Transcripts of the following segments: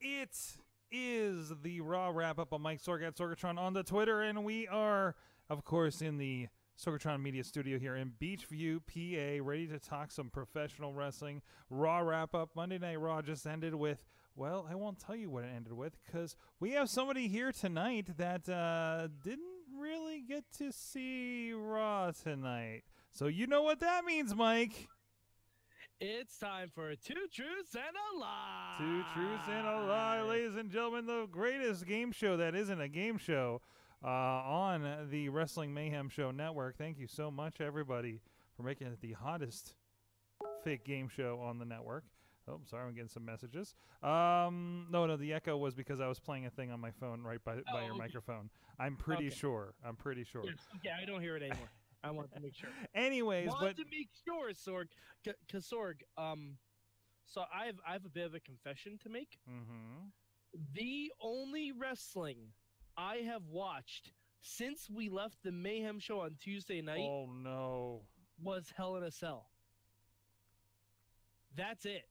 It is the Raw wrap up on Mike Sorg at Sorgatron on the Twitter, and we are, of course, in the Sorgatron Media Studio here in Beachview, PA, ready to talk some professional wrestling. Raw wrap up. Monday Night Raw just ended with, well, I won't tell you what it ended with because we have somebody here tonight that uh, didn't really get to see Raw tonight. So you know what that means, Mike. It's time for two truths and a lie. Two truths and a Ah. lie, ladies and gentlemen. The greatest game show that isn't a game show uh, on the Wrestling Mayhem Show Network. Thank you so much, everybody, for making it the hottest fake game show on the network. Oh, sorry, I'm getting some messages. Um, no, no, the echo was because I was playing a thing on my phone right by, by your okay. microphone. I'm pretty Oh. Okay. sure. I'm pretty sure. Yes, okay, I don't hear it anymore. I want to make sure. Anyways, want but to make sure, Sorg, because Sorg, um, so I've I have a bit of a confession to make. Mhm. The only wrestling I have watched since we left the Mayhem show on Tuesday night oh no, was Hell in a Cell. That's it.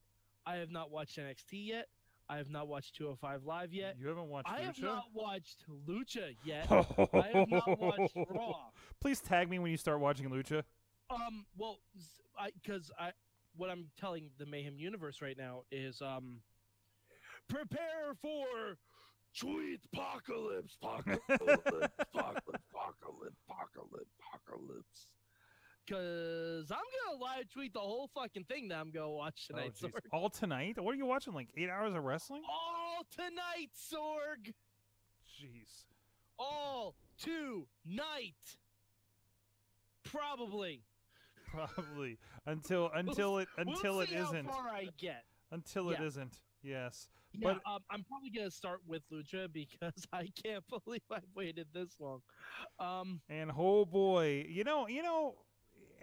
I have not watched NXT yet. I have not watched 205 Live yet. you haven't watched I have Lucha? not watched Lucha yet. I have not watched Raw. Please tag me when you start watching Lucha. Um, well, s- I because I what I'm telling the Mayhem universe right now is um, prepare for tweet apocalypse, apocalypse, apocalypse, apocalypse, apocalypse. Cause I'm gonna live tweet the whole fucking thing that I'm gonna watch Oh, tonight, jeez. Sorg. All tonight? What are you watching? Like eight hours of wrestling? All tonight, Sorg. Jeez. All tonight. Probably. Probably until until it until we'll it see how isn't Far I get. until it yeah. isn't. Yes. Yeah, But- um, I'm probably gonna start with Lucha because I can't believe I've waited this long. Um, And oh boy, you know, you know,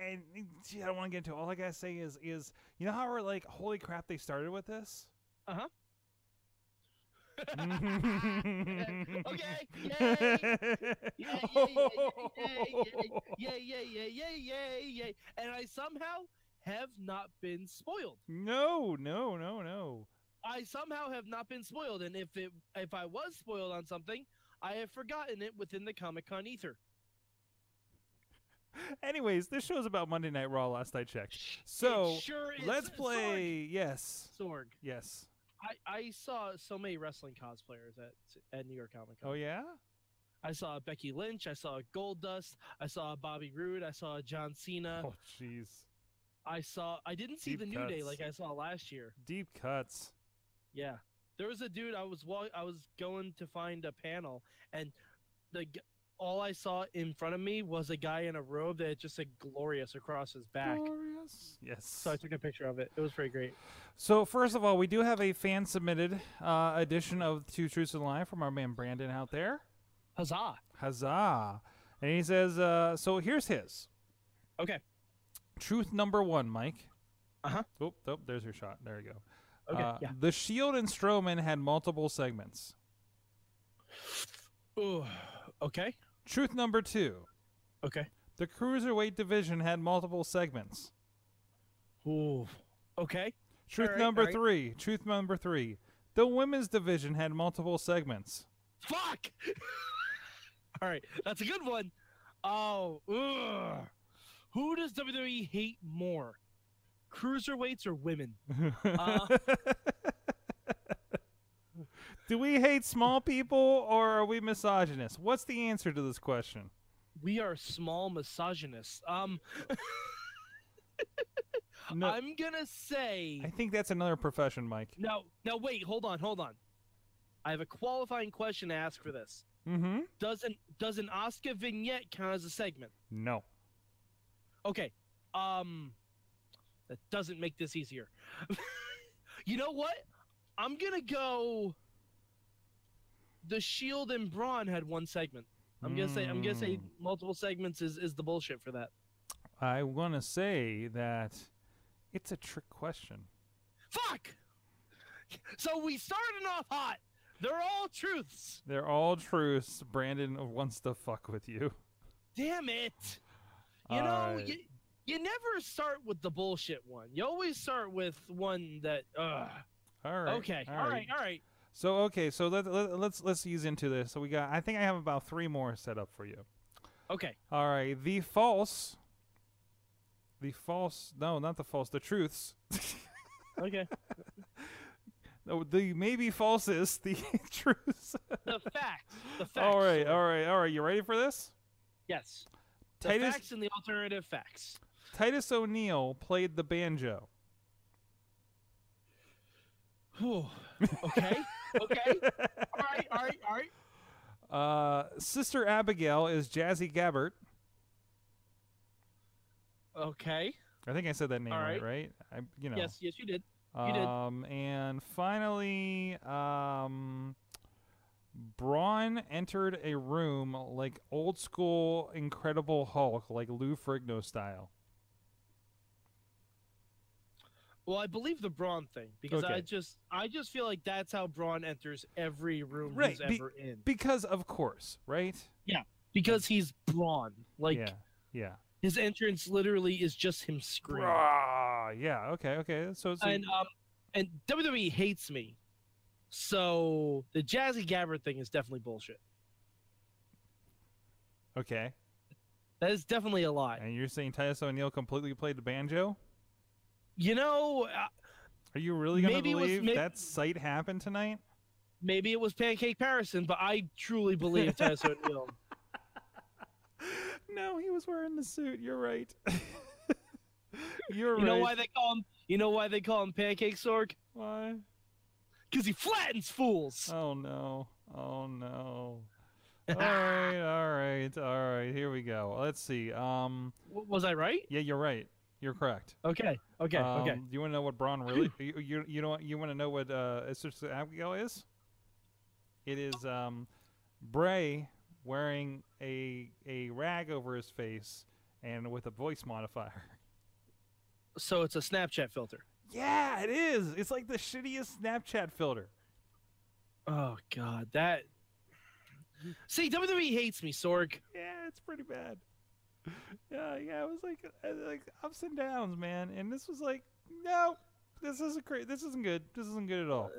and gee, I don't want to get into. It. All I gotta say is, is you know how we're like, holy crap, they started with this. Uh-huh. okay, yay, okay. yay, yay, yay, yay, yay, yay, yay, yay, and I somehow have not been spoiled. no, no, no, no. I somehow have not been spoiled, and if it if I was spoiled on something, I have forgotten it within the Comic Con ether. Anyways, this show's about Monday Night Raw. Last I checked. So It sure is- let's Sorg, play. Yes. Sorg. Yes. I, I saw so many wrestling cosplayers at at New York Comic Con. Oh yeah. I saw Becky Lynch. I saw Goldust. I saw Bobby Roode. I saw John Cena. oh jeez. I saw. I didn't see Deep the New Day cuts. like I saw last year. Deep cuts. Yeah, there was a dude. I was walk. I was going to find a panel, and the g- all I saw in front of me was a guy in a robe that just said "glorious" across his back. Glorious. Yes. So I took a picture of it. It was pretty great. So first of all, we do have a fan submitted uh, edition of Two Truths and a Lie from our man Brandon out there. Huzzah! Huzzah! And he says, uh, so here's his Okay. truth number one, Mike. Uh-huh. Oh, oh, there's your shot. There you go. Okay. Uh, yeah. The Shield and Strowman had multiple segments. Ooh. Okay. Truth number two: Okay. the cruiserweight division had multiple segments. Ooh. Okay. Truth All right, number all right. three. Truth number three: the women's division had multiple segments. Fuck! All right, that's a good one. Oh, ugh. who does WWE hate more, cruiserweights or women? Uh, Do we hate small people or are we misogynists? What's the answer to this question? we are small misogynists. Um, No, i I'm gonna say think that's another profession, Mike. no. No, wait, hold on, hold on. I have a qualifying question to ask for this. Mm-hmm. Doesn't does an Oscar vignette count as a segment? No. Okay. Um that doesn't make this easier. you know what? I'm going to go The Shield and Braun had one segment. I'm going to say I'm going to say Mm, Hmm. multiple segments is is the bullshit for that. I want to say that it's a trick question. Fuck. So we started off hot. They're all truths. They're all truths. Brandon wants to fuck with you. Uh, Damn it. You All know, right. you, you never start with the bullshit one. You always start with one that uh All right. okay. all right. All right. So okay, so let, let, let's let's ease into this. So we got. I think I have about three more set up for you. Okay. All right, the false. The false. No, not the false. The truths. Okay. No, the maybe falses. The truths. the facts. The facts. All right, all right, all right. You ready for this? Yes. The Titus facts and the alternative facts. Titus O'Neill played the banjo. Whew. Okay. okay. All right. All right. All right. Uh, Sister Abigail is Jazzy Gabbert. Okay. I think I said that name All right. right. right? I, you know. Yes. Yes, you did. you did. Um, and finally, um, Braun entered a room like old school Incredible Hulk, like Lou Frigno style. Well, I believe the Braun thing because I Okay. just I just feel like that's how Braun enters every room Right, he's be- ever in Because of course, right? because he's Braun. Like yeah, yeah. his entrance literally is just him screaming. Brah, yeah. Okay. Okay. So, so And um and WWE hates me. So the Jazzy Gabbard thing is definitely bullshit. okay. That is definitely a lie. And you're saying Titus O'Neil completely played the banjo? You know, uh, Are you really gonna Maybe it was- believe may- that sight happened tonight? maybe it was Pancake Parison, but I truly believe Titus O'Neil. no, he was wearing the suit. You're right. You're You know right. why they call him? You know why they call him Pancake Sorg? Why? Because he flattens fools. Oh no. Oh no. All right, all right, all right. Here we go. Let's see. Um W- Was I right? yeah, you're right. You're correct. Okay. Okay. okay. Um, You want to know what Braun really you you, you know you want to know what uh Sister Abigail is? It is um Bray wearing a a rag over his face and with a voice modifier. So it's a Snapchat filter. Yeah, it is. It's like the shittiest Snapchat filter. Oh God, that. See, WWE hates me, Sorg. Yeah, it's pretty bad. Yeah, yeah, it was like uh, like ups and downs, man. And this was like, no, this isn't great. This isn't good. This isn't good at all.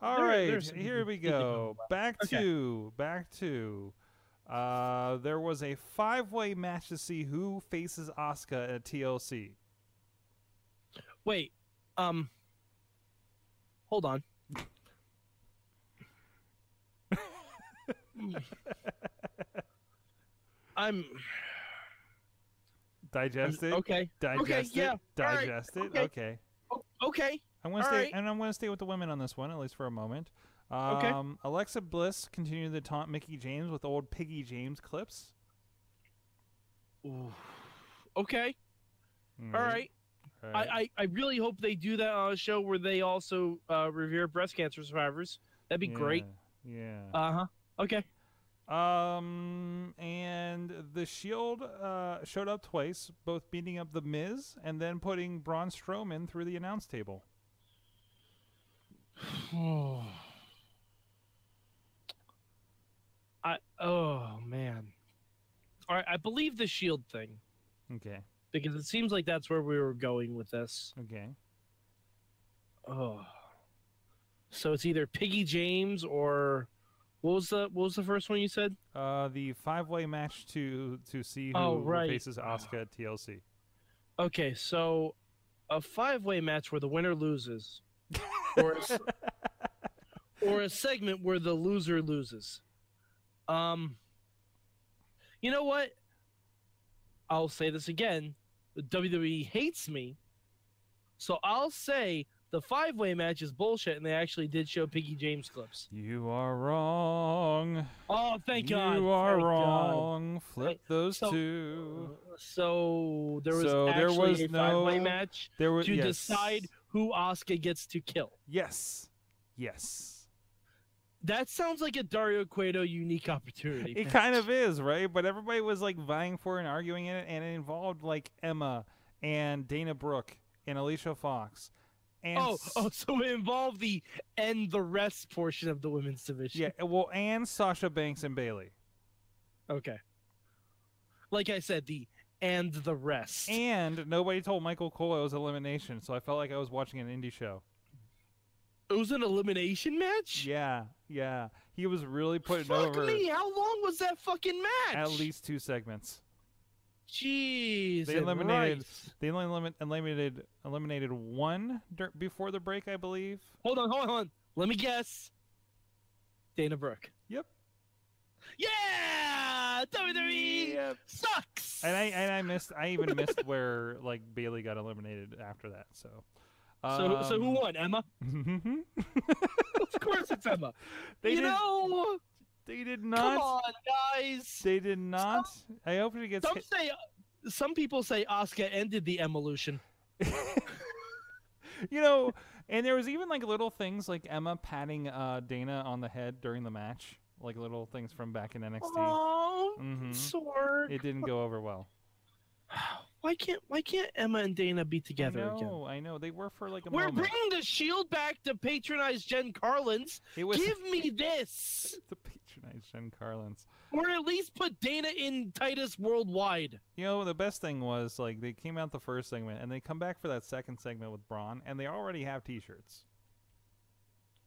All There- right, there's- here we you can go go. Back Okay. to back to. Uh, there was a five-way match to see who faces Asuka at TLC. Wait, um, hold on. I'm Digest it. okay. Digest it. yeah, all right, Digest it. okay. okay. Okay, I'm gonna All stay, right. and I'm gonna stay with the women on this one at least for a moment. Um, Okay. Alexa Bliss continued to taunt Mickey James with old Piggy James clips. Ooh. okay. All right. I, I I really hope they do that on a show where they also uh, revere breast cancer survivors. That'd be great. Yeah. Uh huh. Okay. um, and the Shield uh, showed up twice, both beating up the Miz and then putting Braun Strowman through the announce table. Oh. I oh man. All right, I believe the shield thing Okay. because it seems like that's where we were going with this. Okay. Oh. So it's either Piggy James or what was the what was the first one you said? Uh, the five-way match to to see who Oh, right. faces Asuka at TLC. Okay, so a five-way match where the winner loses or a, s- or a segment where the loser loses. Um, you know what? I'll say this again. The WWE hates me, so I'll say the five-way match is bullshit, and they actually did show Piggy James clips. You are wrong. Oh, thank you God! are thank God. wrong. Flip Thank- those so- two. So there was So there actually was a five-way no- match There was to yes. decide who Oscar gets to kill. Yes, yes. That sounds like a Dario Cueto unique opportunity. It match. kind of is right, but everybody was like vying for and arguing in it, and it involved like Emma and Dana Brooke and Alicia Fox. And Oh, S- oh, so it involved the and the rest portion of the women's division. yeah. eh, Well, and Sasha Banks and Bailey, Okay. Like I said, the and the rest. and nobody told Michael Cole it was elimination, so I felt like I was watching an indie show. It was an elimination match. Yeah, yeah. He was really putting Fuck over me! How long was that fucking match? at least two segments. Jeez. They and eliminated- rice. They only elimin- eliminated eliminated one dur- before the break, I believe. Hold on, hold on, hold on. Let me guess. Dana Brooke. Yep. Yeah, WWE Yep. sucks. And I and I missed. I even missed where like Bailey got eliminated after that. So. so so who um, won? Emma. Of course it's Emma. they you did. know, They did come not. on, guys. They did not. I hope it gets. Some say, some people say Oscar ended the evolution. you know, and there was even like little things like Emma patting uh, Dana on the head during the match, like little things from back in NXT. Oh, Mhm. sword. It didn't go over well. Why can't why can't Emma and Dana be together I know, again? I know. They were for like a We're moment. bringing the Shield back to patronize Jen Carlins. It was Give me this, to patronize Jen Carlins. or at least put Dana in Titus Worldwide. You know, the best thing was like they came out the first segment and they come back for that second segment with Braun, and they already have T-shirts.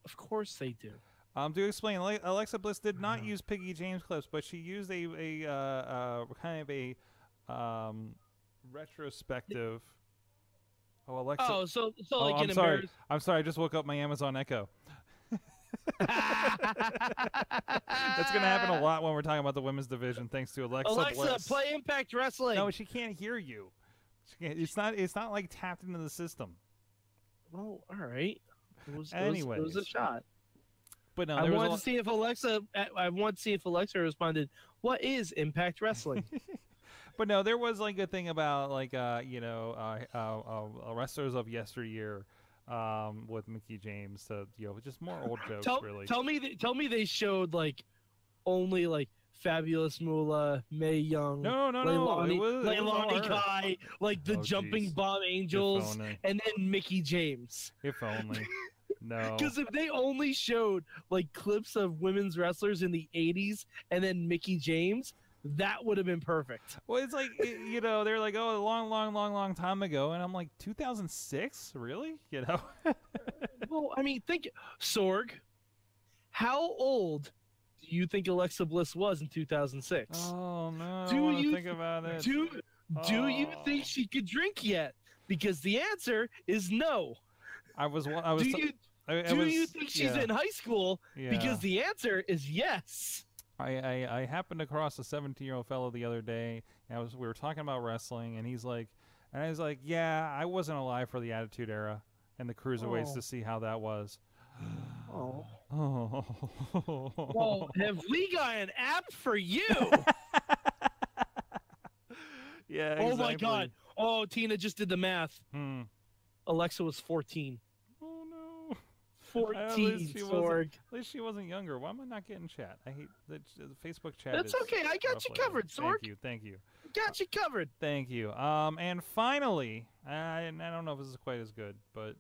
Of course they do. Um, to explain, Ale- Alexa Bliss did not Wow. use Piggy James clips, but she used a a uh, uh, kind of a um, retrospective. Oh, Alexa! oh, so so Oh, like I'm in sorry. America. I'm sorry, I just woke up my Amazon Echo. That's That's gonna happen a lot when we're talking about the women's division, thanks to Alexa, Alexa, Bliss. play Impact Wrestling. No, she can't hear you. She can't, it's not. It's not like tapped into the system. well, all right. It was, it was- it was a Anyways. shot. But no, I there was a wanted lot- to see if Alexa. I- I want to see if Alexa responded. What is Impact Wrestling? But no, there was like a thing about like uh, you know uh, uh, uh, wrestlers of yesteryear um, with Mickey James. So you know, just more old jokes tell, really. tell me, th- tell me they showed like only like Fabulous Moolah, May Young, no, no, no. Leilani, it was, it was all Leilani her. Kai, like the Oh, Jumping jeez. Bomb Angels, If only. and then Mickey James. If only. No. Because if they only showed like clips of women's wrestlers in the '80s and then Mickey James, that would have been perfect. Well, it's like it- you know they're like oh a long, long, long, long time ago, and I'm like 2006, really? You know? well, I mean, think Sorg. How old do you think Alexa Bliss was in 2006? Oh no. I Do wanna you think about it? do do you Oh. think she could drink yet? Because the answer is no. I was. wa- I was. Do t- you I, I do was, you think she's yeah, in high school? Yeah. Because the answer is yes. I, I, I happened across a 17 year old fellow the other day. And I was we were talking about wrestling, and he's like, and I was like, yeah, I wasn't alive for the Attitude Era and the cruiserweights Oh. to see how that was. Oh. Oh. Well, have we got an app for you? yeah. oh my exactly. god. Oh, Tina just did the math. Hmm. Alexa was 14. Oh no. 14, she wasn't- Sorg. At least she wasn't younger. Why am I not getting chat? I hate the, the Facebook chat. That's is okay. I got rough you lately. covered, Sork. Thank you. Thank you. Got you covered. Thank you. Um, and finally, I, and I don't know if this is quite as good, but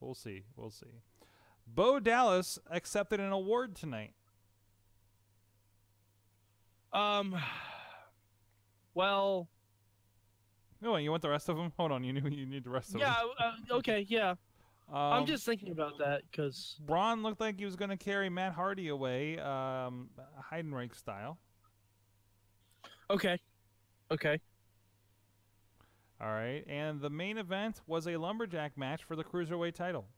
we'll see. We'll see. Bo Dallas accepted an award tonight. Um. Well, Oh, and you want the rest of them? Hold on, you knew you need the rest of yeah. Uh, okay, yeah. them. I'm just thinking about that because Braun looked like he was going to carry Matt Hardy away, um, Heidenreich style. okay, okay. All right, and the main event was a lumberjack match for the cruiserweight title.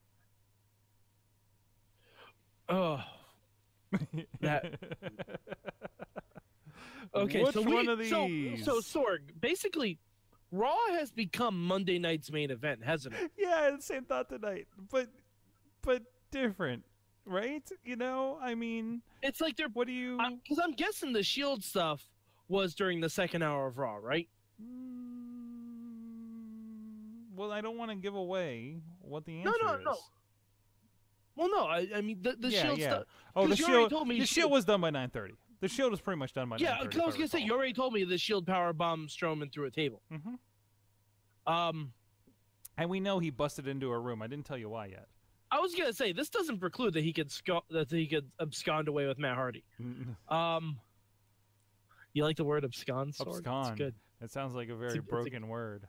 Oh, That- okay. Which so we, one of So, these? so Sorg, basically, Raw has become Monday night's main event, hasn't it? yeah, I had the same thought tonight, but but different, right? You know, I mean, It's like they're what do you? because I'm guessing the Shield stuff was during the second hour of Raw, right? Mm, well, I don't want to give away what the No, answer no, is. no. Well, no, I, I mean the, the Yeah, Shield yeah. stuff. Oh, the 'cause you already shield. told me The Shield- shield was done by nine thirty. The shield was pretty much done by. Yeah, 9:30, because I was gonna say you already told me the Shield power bomb Strowman through a table. hmm Um, And we know he busted into a room. I didn't tell you why yet. I was gonna say this doesn't preclude that he could sco- that he could abscond away with Matt Hardy. Um, you like the word abscond? Sorg? It's Abscond. good. It sounds like a a- very it's a- broken word.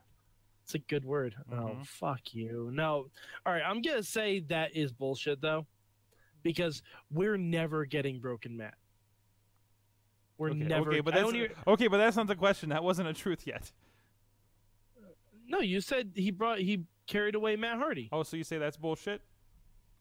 It's a good word. Oh, Mhm. fuck you. No. All right. I'm going to say that is bullshit, though, because we're never getting Broken Matt. We're okay, never. okay, but I that's don't even- okay, but that's not the question. That wasn't a truth yet. no, you said he brought, he carried away Matt Hardy. Oh, so you say that's bullshit?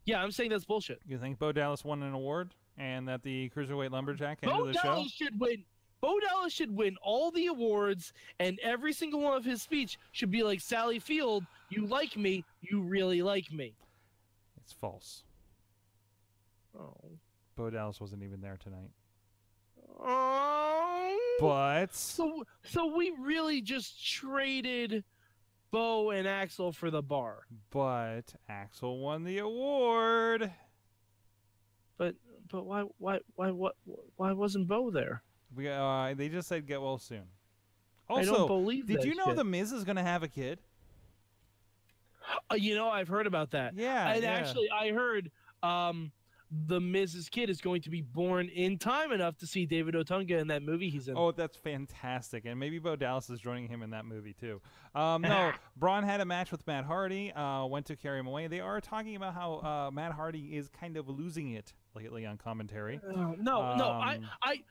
Yeah, I'm saying that's bullshit. You think Bo Dallas won an award and that the cruiserweight lumberjack ended Bo the Dallas should win. Bo Dallas should win all the awards, and every single one of his speech should be like Sally Field. You like me. You really like me. show? It's false. Oh. Bo Dallas wasn't even there tonight. Oh. But So so we really just traded Bo and Axel for the bar. but Axel won the award But but why why why what why wasn't Bo there? We uh, they just said get well soon. I don't Also, believe did that you know shit. the Miz is gonna have a kid? Uh, you know I've heard about that. Yeah, and yeah. actually I heard um the Mrs. Kid is going to be born in time enough to see David Otunga in that movie he's in. Oh, that's fantastic! And maybe Bo Dallas is joining him in that movie too. Um, no, Braun had a match with Matt Hardy. Uh, went to carry him away. They are talking about how uh, Matt Hardy is kind of losing it lately on commentary. Oh, no, no, I Um, I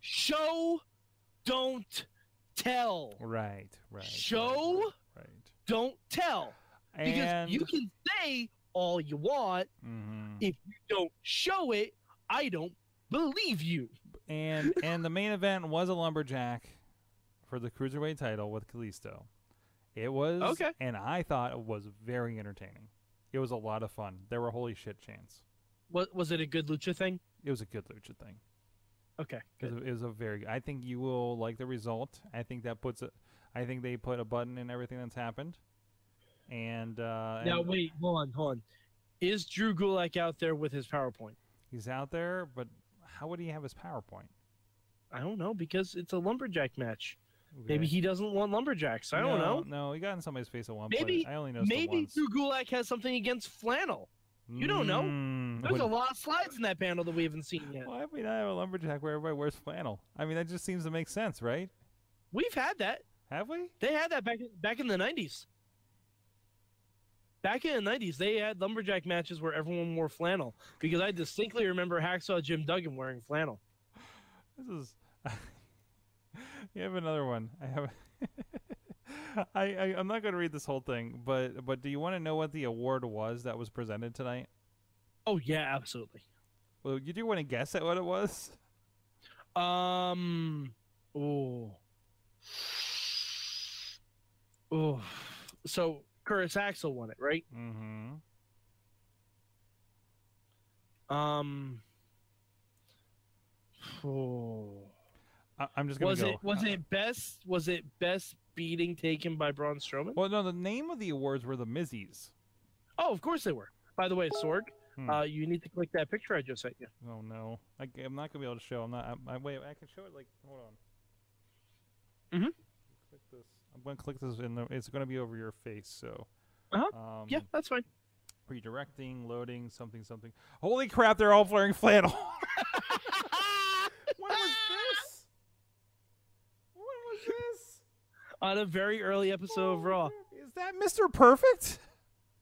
show don't tell. Right, right. Show? right, Don't tell. right. Because and you can say all you want, Mhm. don't show it, I don't believe you. and and the main event was a lumberjack for the cruiserweight title with Kalisto. It was Okay. and I thought it was very entertaining. It was a lot of fun. There were holy shit chants. Was was it a good lucha thing? It was a good lucha thing. Okay. It was, it was a very. I think you will like the result. I think that puts a. I think they put a button in everything that's happened. And uh, Now and wait, hold on, hold on. Is Drew Gulak out there with his PowerPoint? he's out there, but how would he have his PowerPoint? I don't know because it's a lumberjack match. Maybe Okay. he doesn't want lumberjacks. I don't No, know. No, he got in somebody's face at one Maybe- point. I only know Maybe once. Drew Gulak has something against flannel. you don't know. Mm, There's when- a lot of slides in that panel that we haven't seen yet. Why have we not have a lumberjack where everybody wears flannel? I mean, that just seems to make sense, right? We've had that. Have we? They had that back back in the '90s. Back in the '90s, they had lumberjack matches where everyone wore flannel because I distinctly remember Hacksaw Jim Duggan wearing flannel. This is. you have another one. I have. I, I I'm not going to read this whole thing, but but do you want to know what the award was that was presented tonight? Oh yeah, absolutely. Well, you do want to guess at what it was. Um. Oh. Oh. So Curtis Axel won it, right? Mm-hmm. Um. Oh. I, I'm just going Was to go. it was Uh, it best was it best beating taken by Braun Strowman? Well, no. The name of the awards were the Mizzies. Oh, of course they were. By the way, Sorg, Hmm. uh, you need to click that picture I just sent you. Oh no, I, am not going to be able to show. I'm not. I, I wait. I can show it. Like, hold on. Mhm. Click this. I'm going to click this, and it's going to be over your face. So. Uh-huh. Um, Yeah, that's fine. Redirecting, loading, something, something. Holy crap! They're all wearing flannel. when was this? When was this? On a very early episode of Holy Raw, crap. Is that Mr. Perfect?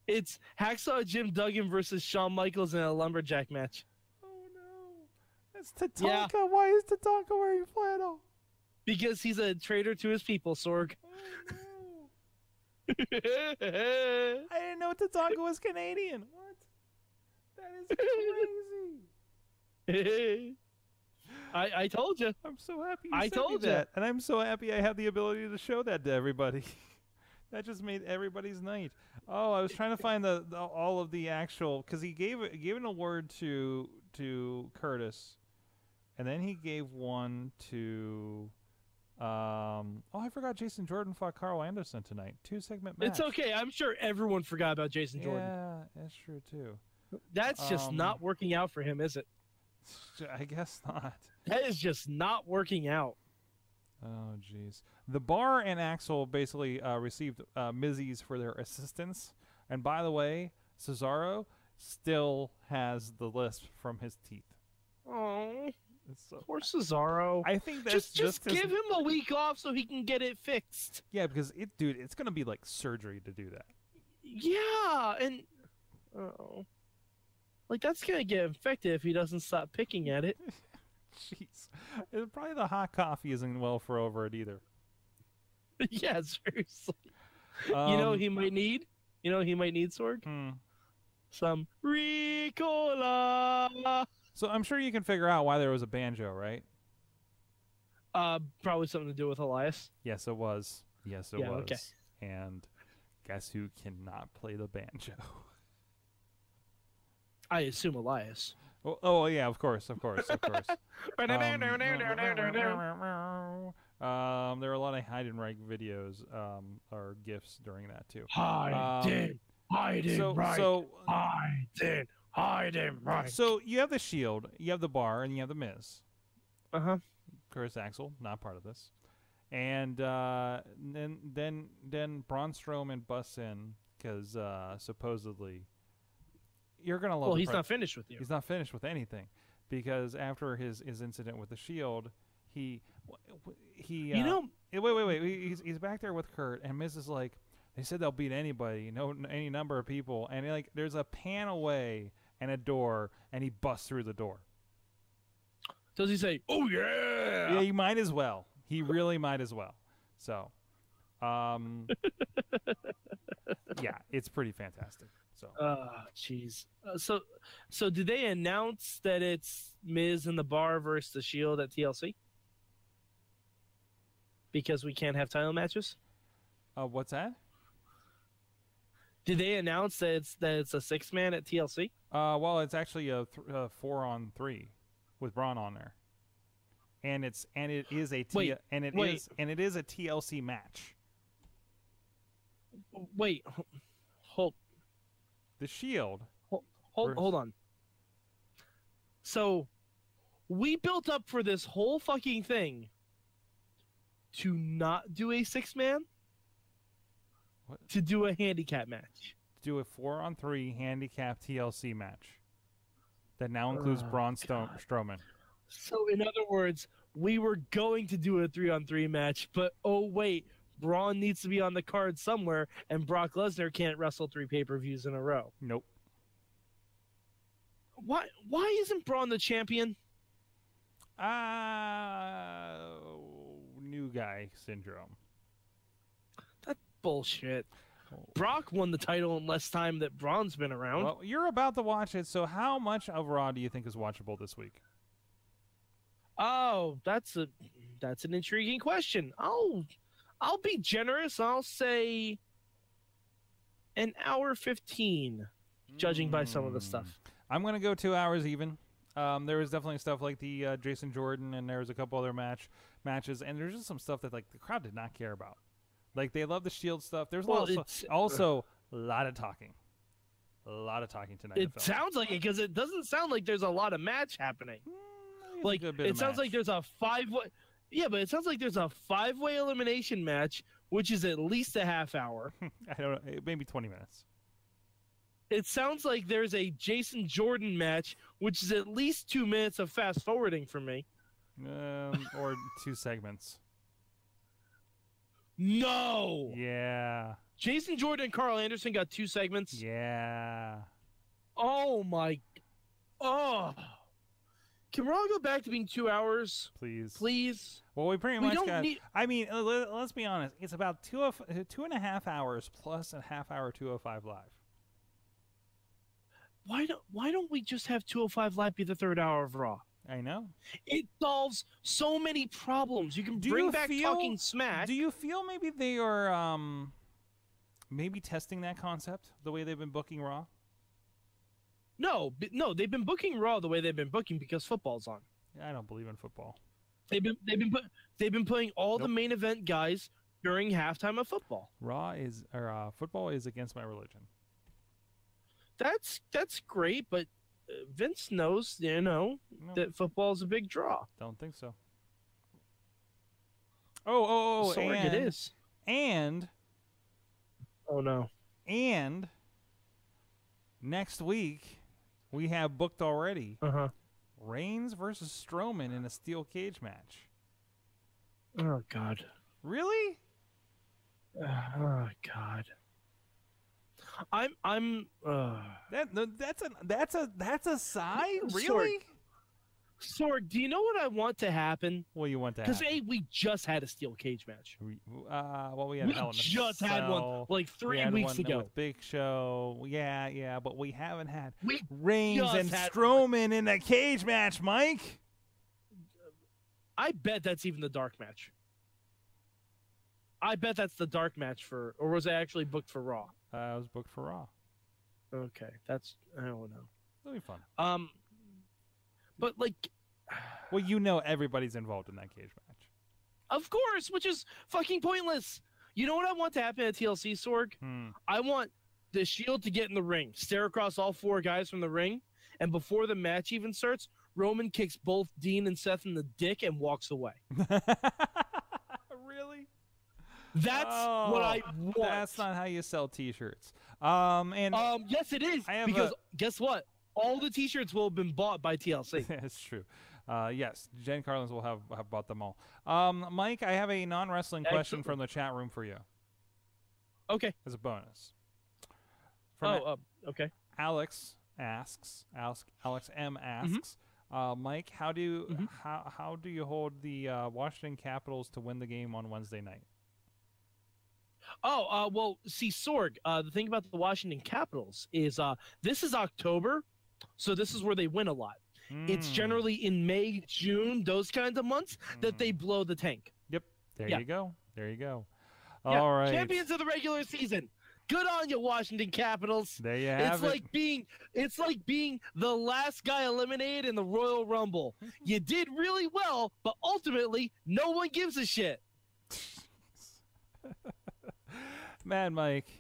it's Hacksaw Jim Duggan versus Shawn Michaels in a lumberjack match. Oh no! That's Tatanka. Why is Tatanka wearing flannel? Because he's a traitor to his people, Sorg. Oh no! That's I didn't know Tatanka was Canadian. What? That is crazy. I, I told you. I'm so happy. You I sent me told ya. that, and I'm so happy I have the ability to show that to everybody. that just made everybody's night. Oh, I was trying to find the, the all of the actual because he gave he gave an award to to Curtis, and then he gave one to. Um. Oh, I forgot. Jason Jordan fought Carl Anderson tonight. Two segment match. It's okay. I'm sure everyone forgot about Jason Jordan. Yeah, that's true too. That's just Um, not working out for him, is it? I guess not. That is just not working out. Oh, jeez. The bar and Axel basically uh, received uh, Mizzies for their assistance. And by the way, Cesaro still has the lisp from his teeth. Oh, It's so. Poor Cesaro. I think that's just just that's 'cause- give him a week off so he can get it fixed. Yeah, because it, dude, it's gonna be like surgery to do that. Yeah, and oh, like that's gonna get infected if he doesn't stop picking at it. Jeez, It- probably the hot coffee isn't well for over it either. yeah, seriously. you know Um, what he might need. You know what he might need Sorg hmm. some Ricola. So I'm sure you can figure out why there was a banjo, right? Uh, probably something to do with Elias. Yes, it was. Yes, it Yeah, was. okay. And guess who cannot play the banjo? I assume Elias. Oh, oh yeah, of course, of course, of course. Um, That's um, there were a lot of hide and rike videos um, or gifs during that too. Hiding, hiding, Um, So, right, so hiding, hiding, right. So you have the Shield, you have the Bar, and you have the Miz. Uh-huh. Curtis Axel, not part of this. And uh, then then then Braun Strowman busts in because uh, supposedly you're gonna love. Well, the he's pre- not finished with you. he's not finished with anything because after his, his incident with the Shield, he w- w- he uh, You know, Hey, wait, wait, wait. He- He's, he's back there with Kurt, and Miz is like, they said they'll beat anybody, no, n- any number of people, and like, there's a pan away and a door, and he busts through the door. does he say? oh Yeah, yeah. you might as well. He really might as well. So, um, yeah, it's pretty fantastic. So, Oh, jeez. Uh, so, so did they announce that it's Miz and the Bar versus the Shield at TLC? Because we can't have title matches. uh, what's that? Did they announce that it's that it's a six man at TLC? Uh, well, it's actually a, th- a four on three with Braun on there, and it's and it is a T- Wait, and it is wait. and it is a TLC match. Wait, h- hold The Shield hold Versus- hold on. So, we built up for this whole fucking thing to not do a six man, What? to do a handicap match. do a four on three handicap TLC match that now includes Oh, Braun Sto- Strowman. So, in other words, we were going to do a three on three match, but oh, wait, Braun needs to be on the card somewhere, and Brock Lesnar can't wrestle three pay per views in a row. Nope. Why, why isn't Braun the champion? Ah, new guy syndrome. Bullshit. Brock won the title in less time that Braun's been around. Well, you're about to watch it, so how much of Raw do you think is watchable this week? oh, that's a that's an intriguing question. I'll I'll be generous. I'll say an hour fifteen, judging by some of the Hmm. stuff. I'm gonna go two hours even. Um, there was definitely stuff like the uh, Jason Jordan, and there was a couple other match matches, and there's just some stuff that like the crowd did not care about. Like they love the Shield stuff. There's Well, a lot of it's- stuff. also a lot of talking, a lot of talking tonight. I It felt. sounds like it because it doesn't sound like there's a lot of match happening. Mm, Like it's a good bit it of sounds like match. there's a five way. Yeah, but it sounds like there's a five way elimination match, which is at least a half hour. I don't know, eh, maybe 20 minutes. It sounds like there's a Jason Jordan match, which is at least two minutes of fast forwarding for me. Um, or two segments. No, Yeah. Jason Jordan and Carl Anderson got two segments. Yeah. Oh my, oh, can we all go back to being two hours, Please. please? Well, we pretty We much don't got. need. I mean, uh, le- let's be honest. It's about two of uh, two and a half hours plus a half hour 205 live. Why don't Why don't we just have 205 Live be the third hour of Raw? I know. It solves so many problems. You can Do bring you back feel- talking smack. Do you feel maybe they are um, maybe testing that concept the way they've been booking Raw? No, b- no, they've been booking Raw the way they've been booking because football's on. I don't believe in football. They've been they've been put, they've been playing all the Nope. main event guys during halftime of football. Raw is or uh, football is against my religion. That's that's great, but uh, Vince knows, you know, No, that football's a big draw. don't think so. Oh, oh, oh! Sorg, and, it is. And Oh no. And next week, we have booked already Uh huh. Reigns versus Strowman in a steel cage match. Oh God. Really? Oh God. I'm I'm uh That no, that's a that's a that's a sigh. Really? Sorg. Sorg, do you know what I want to happen? What do you want to Because have? hey, we just had a steel cage match. We- Uh, well, we had we Hell in a just had one Cell. like We three had weeks one ago. With Big Show. Yeah, yeah, but we haven't had We Reigns just and had one. Strowman in a cage match, Mike. I bet that's even the dark match. I bet that's the dark match for, or was I actually booked for Raw? Uh, I was booked for Raw. Okay, that's I don't know. It'll be fun. Um, but like, Well, you know everybody's involved in that cage match. of course, which is fucking pointless. You know what I want to happen at TLC, Sorg? Hmm. I want the Shield to get in the ring, stare across all four guys from the ring, and before the match even starts, Roman kicks both Dean and Seth in the dick and walks away. Hmm. really? That's what I Oh, want. That's not how you sell T-shirts. Um, and Um, yes, it is. I have because guess what? All the T-shirts will have been bought by TLC. That's true. Uh, yes, Jen Carlins will have, have bought them all. Um, Mike, I have a non wrestling question Excellent. from the chat room for you okay. as a bonus. From Oh, um, okay. Alex asks, Alex, Alex M Mm-hmm. asks, uh, Mike, how do Mhm. how how do you hold the uh, Washington Capitals to win the game on Wednesday night? Oh, uh, well, see, Sorg. Uh, the thing about the Washington Capitals is uh, this is October, so this is where they win a lot. It's Mm, generally in May, June, those kinds of months that mm. they blow the tank. There yeah. you go. There you go. Yeah, All right. Champions of the regular season. Good on you, Washington Capitals. There you have It's it. like being it's like being the last guy eliminated in the Royal Rumble. You did really well, but ultimately no one gives a shit. Mad Mike.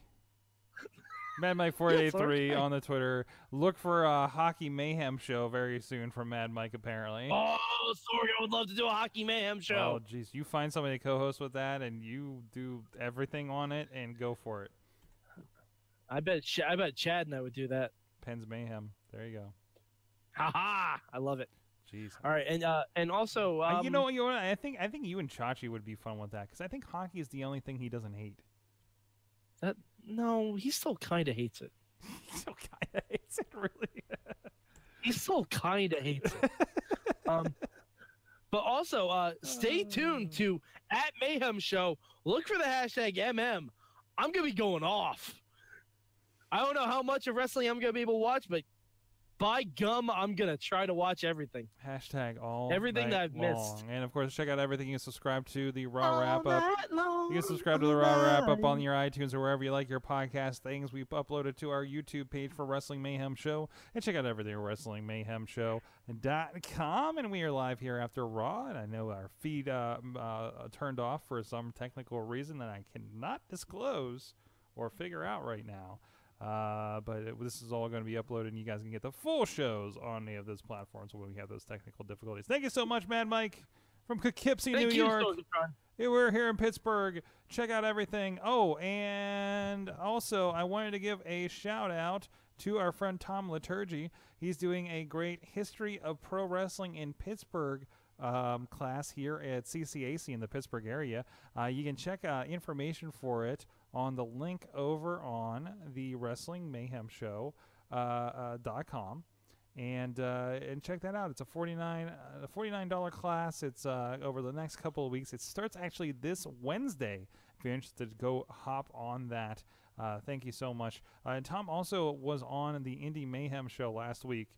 Mad Mike four eight three okay. on the Twitter. Look for a hockey mayhem show very soon from Mad Mike. Apparently. Oh, sorry, I would love to do a hockey mayhem Oh, show. jeez, you find somebody to co-host with that, and you do everything on it, and go for it. I bet Ch- I bet Chad and I would do that. Pens mayhem. There you go. Ha ha! I love it. Jeez. All right, and uh, and also Uh, um, you know, what, you know what? I think I think you and Chachi would be fun with that because I think hockey is the only thing he doesn't hate. no, he still kind of hates it. he still kind of hates it, really. He still kind of hates it. um, but also, uh, stay tuned to at Mayhem Show. Look for the hashtag MM. I'm gonna be going off. I don't know how much of wrestling I'm gonna be able to watch, but by gum, I'm gonna try to watch everything. Hashtag all night Everything that I've long. missed. and of course, check out everything you subscribe to the Raw Wrap Up. long, You can subscribe to the Raw Wrap Up on your iTunes or wherever you like your podcast things. We've uploaded to our YouTube page for Wrestling Mayhem Show. And check out everything at WrestlingMayhemShow.com. And we are live here after Raw. And I know our feed uh, m- uh, turned off for some technical reason that I cannot disclose or figure out right now. Uh, but it, this is all going to be uploaded, and you guys can get the full shows on any of those platforms when we have those technical difficulties. Thank you so much, Mad Mike from Poughkeepsie, Thank New you, York. Sorgatron. Yeah, we're here in Pittsburgh. Check out everything. Oh, and also, I wanted to give a shout out to our friend Tom Liturgy. He's doing a great history of pro wrestling in Pittsburgh um, class here at CCAC in the Pittsburgh area. Uh, you can check uh, information for it on the link over on the Wrestling Mayhem Show uh, uh, dot com and uh, and check that out. It's a forty nine uh, forty nine dollar class. It's uh, over the next couple of weeks. It starts actually this Wednesday. If you're interested, go hop on that. Uh, thank you so much. Uh, and Tom also was on the Indie Mayhem show last week.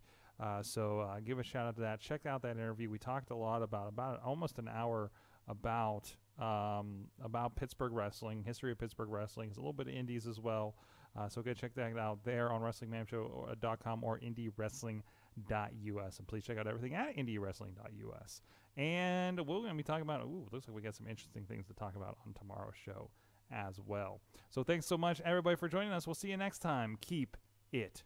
Uh, so uh, give a shout out to that. Check out that interview. We talked a lot about about almost an hour about um, about Pittsburgh wrestling, history of Pittsburgh wrestling. It's a little bit of indies as well. Uh, so go check that out there on WrestlingMamShow.com or IndieWrestling.us. And please check out everything at IndieWrestling.us. And we're going to be talking about, ooh, looks like we got some interesting things to talk about on tomorrow's show as well. So thanks so much, everybody, for joining us. We'll see you next time. Keep it